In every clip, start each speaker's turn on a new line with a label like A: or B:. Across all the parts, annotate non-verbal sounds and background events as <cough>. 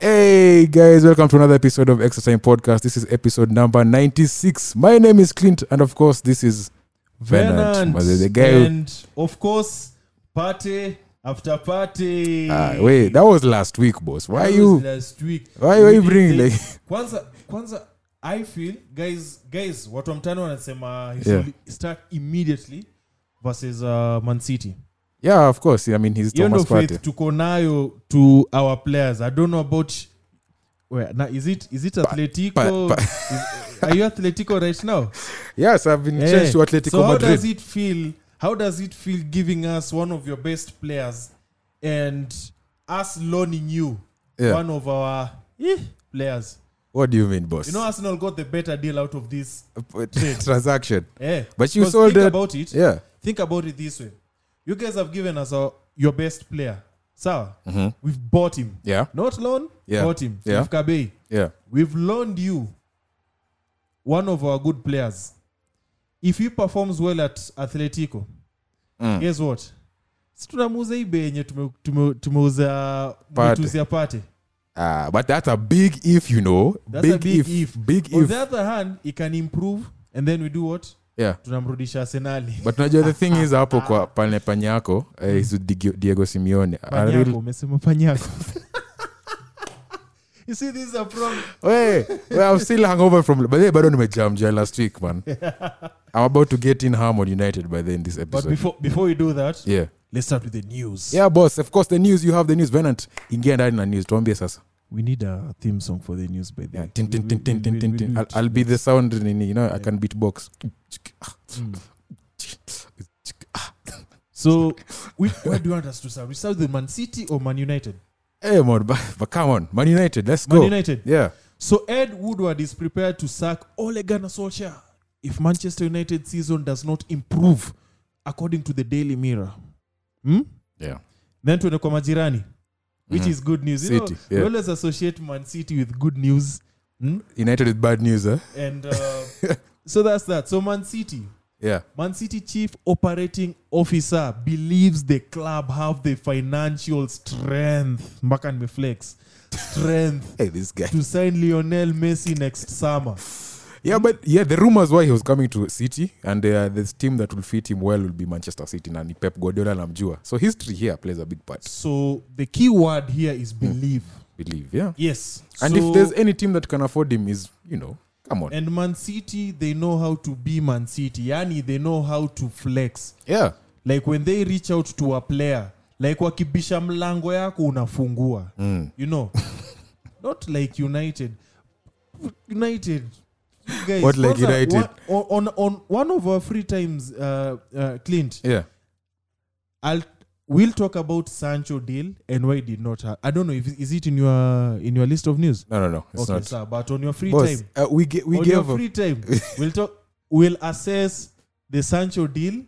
A: Hey guys, welcome to another episode of Extra Time Podcast. This is episode number 96. My name is Clint, and of course, this is Venant.
B: Venant.
A: was The guy who-
B: And of course, party after party.
A: Ah, wait, that was last week, boss. Why
B: That was
A: you?
B: last week.
A: why- why you
B: We
A: bring,
B: did
A: like-
B: this. Kwanza kwanza I feel guys guys watu wa mtano wanasema he
A: Yeah.
B: should start immediately versus uh, Man City.
A: Yeah, of course. I mean, he's
B: Hiyo
A: Thomas
B: ndo
A: Partey.
B: faith tuko nayo to our players. I don't know about Where, na is it is it Atletico?
A: pa-
B: Is- are you Atletico right now?
A: Yes, I've been
B: Eh,
A: changed to Atletico
B: so how
A: Madrid.
B: does it feel how does it feel giving us one of your best players and us loaning you
A: Yeah.
B: one of our eh, players
A: What do you mean, boss?
B: you know arsenal got the better deal out of this
A: <laughs> transaction.
B: eh,
A: But you
B: 'cause
A: sold
B: think
A: it-
B: about it
A: Yeah.
B: think about it this way you guys have given us our, your best player sawa we've bought him
A: Mm-hmm. Yeah.
B: not loan
A: Yeah.
B: bought him
A: Yeah.
B: We've kabei
A: Yeah.
B: we've loaned you one of our good players. If he performs well at Atletico,
A: Mm.
B: guess what? Si tunamuuza hii bei yenye tume- tume- tumeuza
A: Partey.
B: mtuzi pate.
A: Ah, but that's a big if, you know.
B: That's a big if.
A: Big
B: On
A: if.
B: the other hand, he can improve and then we do what?
A: Yeah.
B: Tunamrudisha Arsenali.
A: but unajua the thing is hapo kwa pale panyako eh, is Diego- diego simeone A
B: <laughs> Panyako,
A: real-
B: umesema panyako. <laughs> You see this is a problem.
A: Hey, well, I'm still hungover from by the way, bado nimejamja last week man i'm about to get in harm on united by the end this
B: But
A: episode
B: before before we do that,
A: yeah
B: let's start with the news.
A: yeah boss of course the news you have the news venant ingia ndani na news tuambie sasa
B: We need a theme song for the news by the
A: yeah,
B: way.
A: tin,
B: We-
A: tin,
B: we-
A: tin, tin,
B: we-
A: tin,
B: we-
A: tin,
B: we
A: tin.
B: do
A: I'll,
B: it.
A: I'll be the sound nini, you know i can beatbox
B: So, we, where do you want us to start? We start with Man City or Man United?
A: hey man but, but come on man united let's
B: Man
A: go
B: United.
A: yeah
B: So, Ed Woodward is prepared to sack Ole Gunnar Solskjaer if Manchester United season does not improve, according to the Daily Mirror. Hmm?
A: yeah
B: Then tuende kwa majirani, which
A: Mhm.
B: is good news. You
A: City,
B: know,
A: yeah.
B: we always associate Man City with good news. Hmm?
A: united is bad news eh?
B: And
A: <laughs>
B: uh, so that's that. So, Man City.
A: yeah
B: Man City chief operating officer believes the club have the financial strength, mpaka nimeflex, strength
A: hey this guy
B: to sign Lionel Messi next summer.
A: Yeah, but yeah, the rumors why he was coming to City and uh, this team that will fit him well will be Manchester City na ni Pep Guardiola namjua. So history here plays a big part.
B: So the key word here is believe.
A: Believe, yeah.
B: Yes.
A: And
B: So-
A: if there's any team that can afford him is, you know, come on.
B: and Man City, they know how to be Man City. Yani, they know how to flex.
A: Yeah.
B: like when they reach out to a player like wakibisha mlango yako unafungua mm. you know <laughs> not like united united You guys,
A: What like
B: kwanza,
A: United?
B: One, on, on one of our free times uh, uh, clint
A: Yeah.
B: I'll, we'll talk about sancho deal and why it did not ha- i don't know if is it in your in your list of news
A: No, no, no. It's
B: okay
A: not.
B: sir, but on your free
A: Boss,
B: time
A: uh, we ge- we
B: on your
A: gave
B: free time we'll talk we'll assess the sancho deal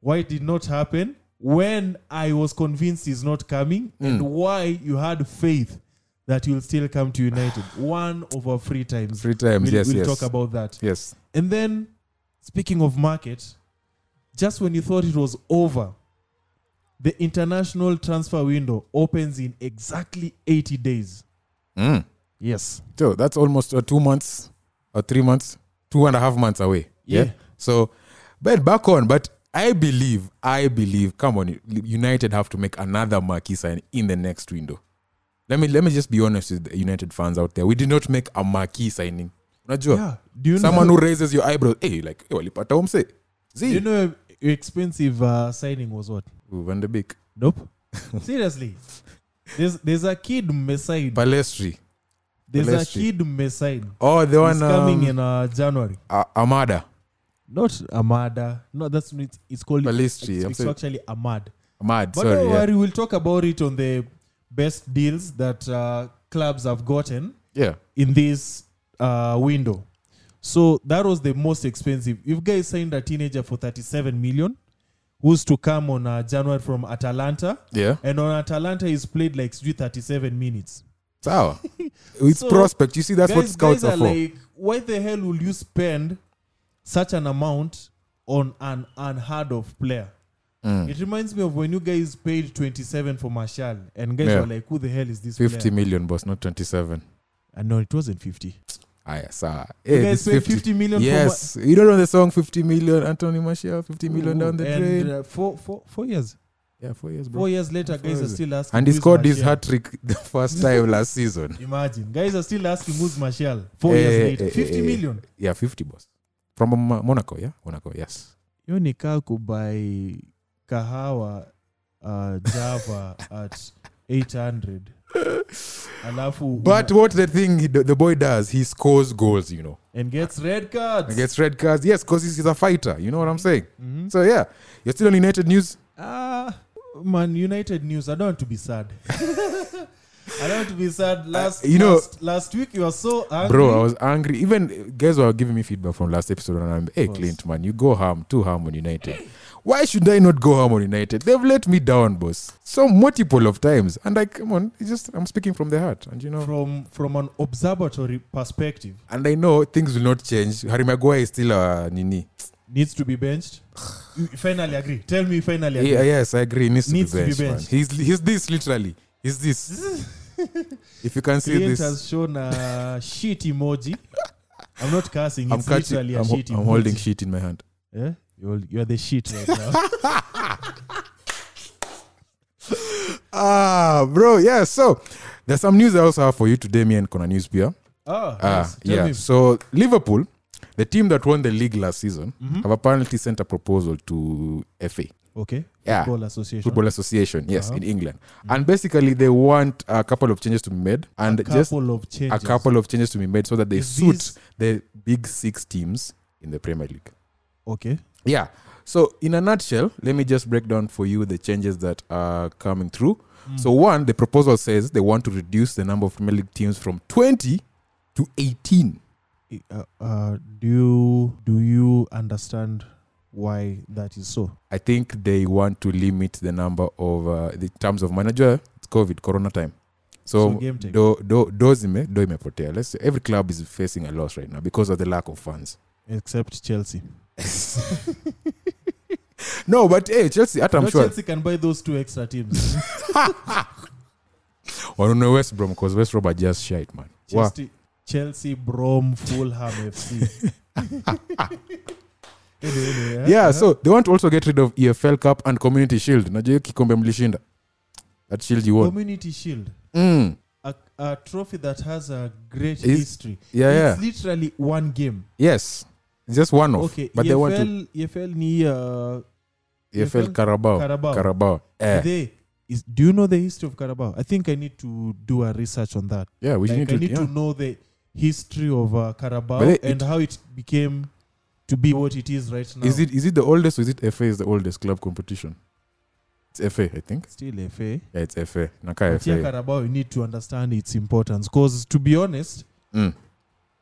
B: why it did not happen when i was convinced he's not coming
A: Hmm.
B: and why you had faith that you'll still come to
A: <sighs>
B: united one of our free times
A: free times.
B: we'll,
A: yes,
B: we'll
A: yes.
B: talk about that
A: yes.
B: and then speaking of market just when you thought it was over the international transfer window opens in exactly 80 days
A: Mm.
B: yes
A: So that's almost uh, two months or three months, two and a half months away. Yeah.
B: Yeah.
A: So, but back on, but I believe, I believe, come on, United have to make another marquee sign in the next window. Let me let me just be honest with the United fans out there. We did not make a marquee signing. Unajua?
B: yeah do you
A: Someone
B: know
A: who raises your eyebrows. Hey, like, hey, walipata umse.
B: do
A: Z.
B: you know your expensive uh, signing was what
A: Ooh, Van de Beek. <laughs>
B: Nope. Seriously. There's there's a kid Messiah.
A: Palestri.
B: There's a
A: Palestri.
B: kid Messiah.
A: Oh, the
B: He's
A: one
B: coming
A: um,
B: in uh, January.
A: A- Amada.
B: Not Amada. No, that's it's, it's called
A: Palestri. I'm
B: It's,
A: sorry.
B: actually Ahmad.
A: Ahmad.
B: But
A: Sorry.
B: don't
A: Yeah.
B: worry, we'll talk about it on the best deals that uh, clubs have gotten
A: yeah.
B: in this uh, window. So that was the most expensive. You guys signed a teenager for 37 million, who's to come on uh, January from Atalanta, <laughs>
A: Yeah.
B: and on Atalanta he's played like 37 minutes.
A: Sawa. It's
B: So,
A: prospect. You see, that's what
B: guys,
A: scouts
B: guys
A: are,
B: are
A: for.
B: like, why the hell will you spend such an amount on an unheard of player?
A: Mm.
B: It reminds me of when you guys paid 27 for Marshall, and guys
A: Yeah.
B: were like, who the hell is this
A: 50
B: player?
A: million, boss, not 27.
B: And no, it wasn't 50.
A: Aya, sawa.
B: You
A: Eh,
B: guys
A: this
B: paid 50. million
A: Yes, you don't know the song 50 million, Anthony Martial, 50
B: for
A: million down the
B: and,
A: drain.
B: Uh, four, four, four years.
A: yeah, four years, bro.
B: Four years later, guys are
A: years.
B: still asking.
A: and he
B: who's
A: scored his
B: Martial.
A: hat trick the first time last season.
B: Imagine. Guys are still asking who's Martial. Four
A: Eh,
B: years
A: eh,
B: later. fifty
A: eh, eh.
B: million.
A: Yeah, 50 boss. From Mo- Monaco, yeah? Monaco, yes.
B: hiyo ni kaa kubai kahawa uh, java at 800 alafu
A: But what the thing he, do- the boy does, he scores goals, you know.
B: and gets red
A: He
B: cards
A: gets red cards, yes, because he's a fighter. You know what I'm saying?
B: Mhm.
A: So, yeah, you're still on United News.
B: Ah, man united news i don't want to be sad <laughs> i don't want to be sad last
A: Uh, you know-
B: last, last week you were so angry
A: Bro, I was angry. Even guys were giving me feedback from last episode, and I'm, hey,
B: course.
A: Clint, man, you go ham, too ham on United. Why should I not go ham on United? They've let me down, boss, so multiple of times. And like, come on, it's just I'm speaking from the heart, and you know,
B: from from an observatory perspective
A: and I know things will not change. Harry Maguire is still a nini.
B: needs to be benched You finally agree tell me you finally agree
A: Yeah, yes, I agree. He needs,
B: Needs
A: to be benched. man.
B: benched.
A: He's he's this literally. He's this.
B: <laughs>
A: if you can see
B: Clint
A: this,
B: has shown a shit emoji. I'm not cursing.
A: I'm
B: It's
A: catching.
B: literally
A: I'm,
B: a
A: ho-
B: shit emoji.
A: I'm holding shit in my hand.
B: Yeah? You're, you're the shit right
A: <laughs>
B: now.
A: Ah, bro, yeah. So there's some news I also have for you today. Me and Kona news beer.
B: oh,
A: Ah,
B: yes. Tell
A: yeah.
B: me.
A: So Liverpool, the team that won the league last season,
B: Mm-hmm.
A: have apparently sent a proposal to FA
B: Okay.
A: Yeah.
B: Football Association.
A: Football Association, yes,
B: Uh-huh.
A: in England, and basically they want a couple of changes to be made and
B: couple
A: just
B: of changes.
A: a couple of changes to be made so that they
B: Is
A: suit
B: this-
A: the big six teams in the Premier League.
B: Okay.
A: Yeah. So in a nutshell, let me just break down for you the changes that are coming through. So one, the proposal says they want to reduce the number of Premier League teams from 20 to 18.
B: Uh, uh, do you do you understand why that is so?
A: I think they want to limit the number of uh, the terms of manager. It's COVID, Corona time. So,
B: So game time.
A: do, do, dozime, do imepotea. Let's say every club is facing a loss right now because of the lack of funds.
B: Except Chelsea.
A: <laughs> no, but hey, Chelsea, hata I'm
B: no,
A: sure.
B: Chelsea can buy those two
A: <laughs>
B: extra teams. <laughs>
A: Or no, West Brom, because West Brom are just shite, man. Wow.
B: Chelsea, Chelsea, Brom, Fulham
A: <laughs>
B: <laughs> FC. Anyway, anyway, eh?
A: Yeah, so they want to also get rid of EFL Cup and Community Shield. Najua hiyo kikombe mlishinda. That shield you won.
B: Community Shield.
A: Mm.
B: a, a trophy that has a great
A: Is-
B: history.
A: Yeah, yeah.
B: It's literally one game.
A: Yes. It's just one off.
B: Okay,
A: But they want to
B: EFL, EFL ni uh,
A: EFL
B: EFL
A: E Carabao.
B: Carabao.
A: Oh, Carabao. Eh.
B: They, is, do you know the history of Carabao? I think I need to do a research on that.
A: Yeah, we
B: Like,
A: need
B: I
A: to,
B: need
A: yeah.
B: to know the history of uh, Carabao
A: But it-
B: and how it became to be what it is right now.
A: Is it is it the oldest or is it FA is the oldest club competition? It's FA, I think.
B: still FA?
A: Yeah, it's FA. Naka
B: But yeah,
A: FA.
B: Carabao, you need to understand its importance because, to be honest,
A: Mm.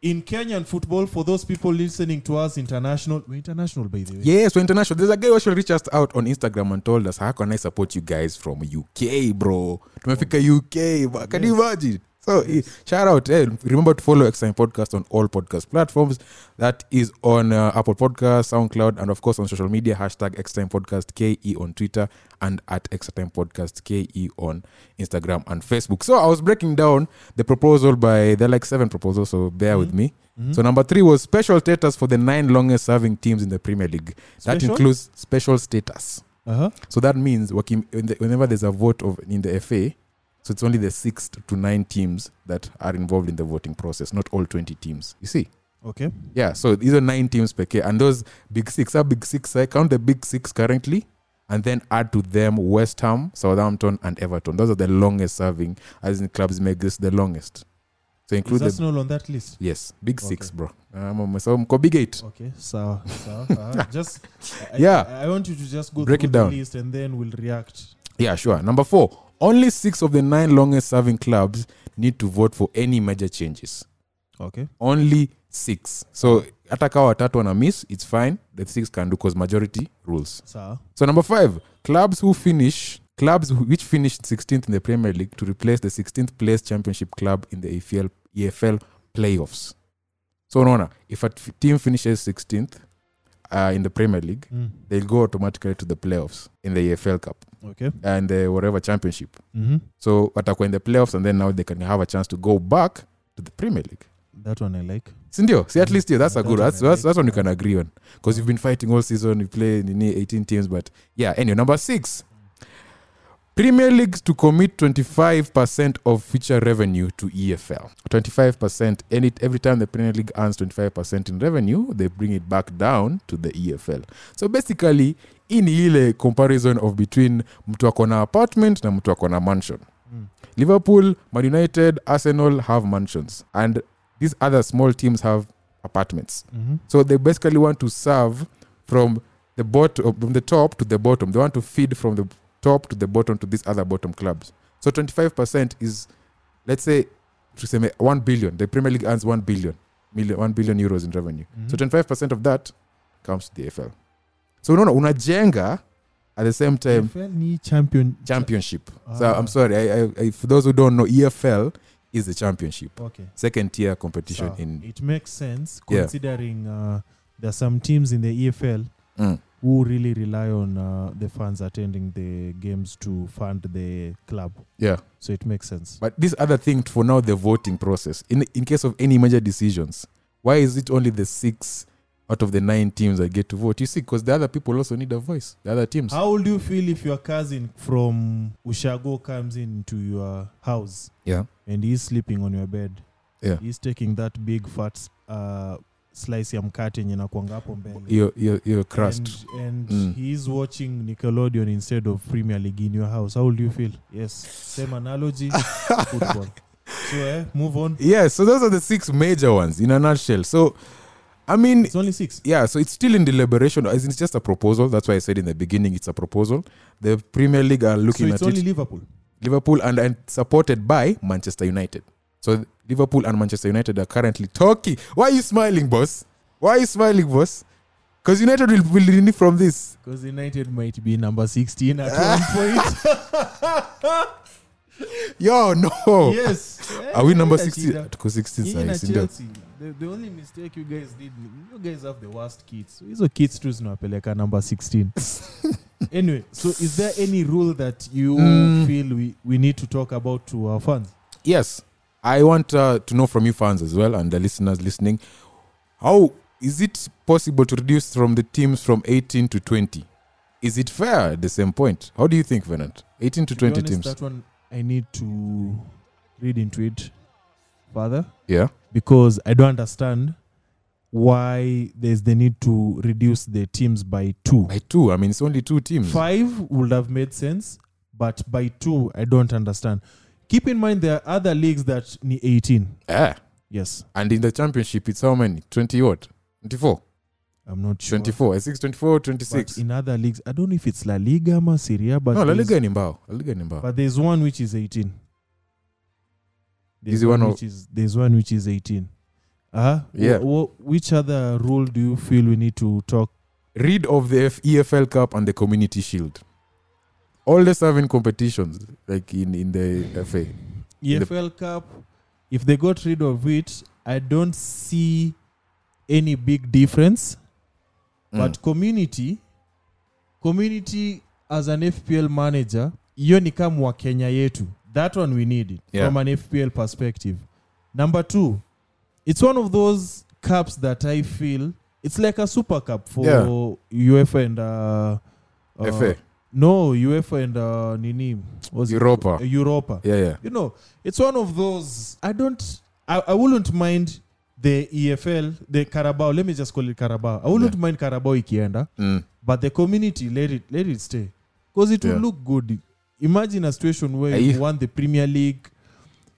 B: in Kenyan football, for those people listening to us international, we're international by the way.
A: Yes, we're international. There's a guy who actually reached us out on Instagram and told us, how can I support you guys from UK, bro? Tumefika UK. bro. Can you imagine? So eh, shout out. Hey, remember to follow Extime Podcast on all podcast platforms. That is on uh, Apple Podcast, SoundCloud, and of course on social media. Hashtag Extime Podcast KE on Twitter and at Extime Podcast KE on Instagram and Facebook. So I was breaking down the proposal by, there are like seven proposals, so bear with me.
B: Hmm?
A: So number three was special status for the nine longest serving teams in the Premier League. That
B: Special?
A: includes special status.
B: Uh-huh.
A: So that means wakim- when the- whenever there's a vote of in the FA, so it's only the six to nine teams that are involved in the voting process, not all 20 teams. You see?
B: Okay.
A: Yeah, so these are nine teams per year. And those big six are big six. I count the big six currently and then add to them West Ham, Southampton, and Everton. Those are the longest serving, as in clubs make this the longest. So
B: Is
A: include the
B: Arsenal on that list?
A: Yes, big six,
B: Okay.
A: bro. Um, um, so mko big eight.
B: Okay, sawa,
A: <laughs>
B: sawa. Uh, just I,
A: Yeah.
B: I, I want you to just go
A: Break
B: through
A: it
B: the
A: down.
B: list and then we'll react.
A: Yeah, sure. Number four, only six of the nine longest serving clubs need to vote for any major changes.
B: Okay.
A: Only six. So hata kawa watatu wana miss, it's fine. The six can do because majority rules.
B: Sawa.
A: So number five, clubs who finish clubs who- which finished 16th in the Premier League to replace the 16th place championship club in the E EFL EFL playoffs. So unaona, if a t- team finishes 16th uh, in the Premier League,
B: Mm.
A: they'll go automatically to the playoffs in the EFL Cup
B: Okay.
A: and the whatever championship.
B: Mm-hmm.
A: So watakuwa in the playoffs and then now they can have a chance to go back to the Premier League.
B: That one I like.
A: Sindio, see at least yeah, that's a
B: That
A: good
B: one
A: that's
B: I
A: that's,
B: like.
A: that's one you can agree on. Because you've been fighting all season, you play in 18 teams, but yeah, anyway, number six. Premier Leagues to commit 25% of future revenue to E EFL. 25%, and it, every time the Premier League earns 25% in revenue, they bring it back down to the EFL. So basically, in ile comparison of between mtu ako na apartment na mtu ako na mansion.
B: Mm.
A: Liverpool, Man United, Arsenal have mansions, and these other small teams have apartments.
B: Mm-hmm.
A: So they basically want to serve from the bottom, from the top to the bottom. They want to feed from the top to the bottom to these other bottom clubs. So 25% is, let's say, to say 1 billion. The Premier League earns 1 billion, million, 1 billion euros in revenue.
B: Mm-hmm.
A: So 25% of that comes to the AFL. So no, no, unajenga at the same time
B: Ni E champion.
A: championship. So
B: Ah.
A: I'm sorry, I, I, I, for those who don't know, EFL is the championship,
B: Okay.
A: second tier competition
B: Sawa.
A: in
B: it makes sense
A: Yeah.
B: considering uh, there are some teams in the EFL
A: Mm.
B: who really rely on uh, the fans attending the games to fund the club.
A: yeah.
B: So it makes sense.
A: But this other thing for now, the voting process in in case of any major decisions, why is it only the six out of the nine teams that get to vote? You see, because the other people also need a voice. The other teams.
B: How would you feel if your cousin from Ushago comes into your house
A: Yeah.
B: and he's sleeping on your bed?
A: Yeah.
B: He's taking that big fat uh, slice ya mkate yenye inakuanga hapo mbele.
A: Your your your crust.
B: And, and
A: Mm.
B: he's watching Nickelodeon instead of Premier League in your house. How would you feel? Yes.
A: <laughs>
B: Same analogy, football. So, eh, move on.
A: yeah. So those are the six major ones in a nutshell. So, I mean,
B: It's only six.
A: yeah, so it's still in deliberation. As in, It's just a proposal. That's why I said in the beginning it's a proposal. The Premier League are
B: So
A: looking
B: it's
A: at
B: only
A: it.
B: Liverpool.
A: Liverpool and, and supported by Manchester United. So Liverpool and Manchester United are currently talking. Why are you smiling, boss? Why are you smiling, boss? Because United will, will renew from this.
B: Because United might be number 16
A: <laughs>
B: at one point.
A: Yo, no.
B: yes.
A: Oh. Are we number
B: Yeah,
A: 16?
B: Shida.
A: Tuko 16
B: Nyinyi na
A: size, ndio.
B: Chelsea, the, the only mistake you guys did, you guys have the worst kids. So hizo kids tu zinawapeleka number 16.
A: <laughs>
B: anyway, so is there any rule that you
A: Mm.
B: feel we, we need to talk about to our fans?
A: Yes. I want uh, to know from you fans as well and the listeners listening. How is it possible to reduce from the teams from 18 to 20? Is it fair at the same point? How do you think, Venant? 18 to
B: be
A: 20
B: honest,
A: teams.
B: That one I need to read into it further
A: Yeah.
B: because I don't understand why there's the need to reduce the teams by two.
A: By two. I mean, it's only two teams.
B: Five would have made sense, but by two, I don't understand. Keep in mind there are other leagues that need 18.
A: Ah.
B: Yes,
A: And in the championship, it's how many? 20 what? 24.
B: I'm not sure.
A: 24. I think 24,
B: But
A: 26.
B: in other leagues, I don't know if it's La Liga, ama Serie A, but
A: No, La
B: there's-
A: Liga ni mbao. La Liga ni mbao.
B: But there's one which is 18. There's
A: it one of-
B: which is there's one which is 18. Uh-huh.
A: Yeah.
B: Wh- wh- which other rule do you feel we need to talk?
A: Read of the F- EFL Cup and the Community Shield. All the serving competitions, like in, in the Mm. FA. the-
B: EFL E Cup. If they got rid of it, I don't see any big difference.
A: Mm.
B: But community, community as an FPL manager, hiyo ni kama wa Kenya yetu. That one we need it
A: Yeah.
B: from an FPL perspective. Number two, it's one of those cups that I feel it's like a super cup for
A: Yeah.
B: UEFA and uh, uh,
A: FA.
B: No, UEFA and uh, nini? what's it
A: Europa.
B: called? Europa
A: Yeah, yeah.
B: you know, it's one of those. I don't. I, I wouldn't mind the EFL, the Carabao. Let me just call it Carabao. I wouldn't
A: Yeah.
B: mind Carabao ikienda,
A: Mm.
B: but the community let it let it stay because it
A: Yeah.
B: will look good. Imagine a situation where
A: Are
B: you
A: you-
B: won the Premier League,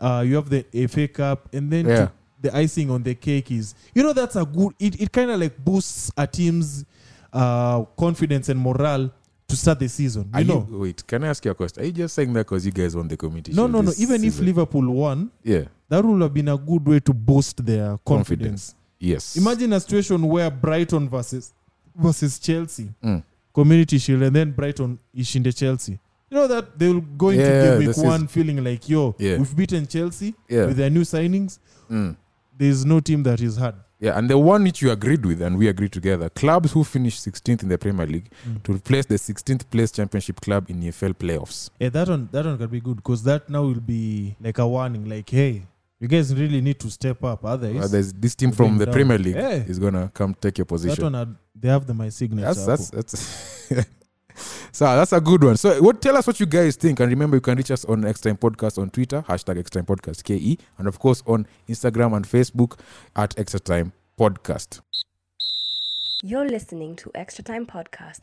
B: uh, you have the FA Cup, and then
A: Yeah.
B: to- the icing on the cake is you know that's a good. It it kind of like boosts a team's uh, confidence and morale to start the season.
A: Are
B: you know.
A: you, wait, can I ask you a question? Are you just saying that because you guys won the Community
B: no,
A: Shield?
B: no, no.
A: this
B: Even if
A: season?
B: Liverpool won,
A: Yeah.
B: that would have been a good way to boost their confidence.
A: Confidence. Yes.
B: Imagine a situation where Brighton versus versus Chelsea,
A: Mm.
B: Community Shield, and then Brighton ishinde Chelsea. You know that they'll go into
A: Yeah,
B: game week
A: this is-
B: one feeling like, yo,
A: Yeah.
B: we've beaten Chelsea
A: Yeah.
B: with their new signings.
A: Mm.
B: There's no team that is hard.
A: Yeah, and the one which you agreed with and we agreed together, clubs who finish 16th in the Premier League
B: Mm.
A: to replace the 16th place championship club in EFL playoffs.
B: Yeah, that one that one can be good because that now will be like a warning, like, hey, You guys really need to step up. Otherwise,
A: Otherwise, Uh, this team
B: Bring
A: from the
B: down.
A: Premier League
B: Yeah.
A: is gonna come take your
B: that
A: position.
B: one, had- they have the my signature.
A: That's that's
B: hapo.
A: that's. <laughs> So that's a good one. So what tell us what you guys think. And remember you can reach us on Extra Time Podcast on Twitter, hashtag Extra Time Podcast K E and of course on Instagram and Facebook at Extra Time Podcast.
C: You're listening to Extra Time Podcast.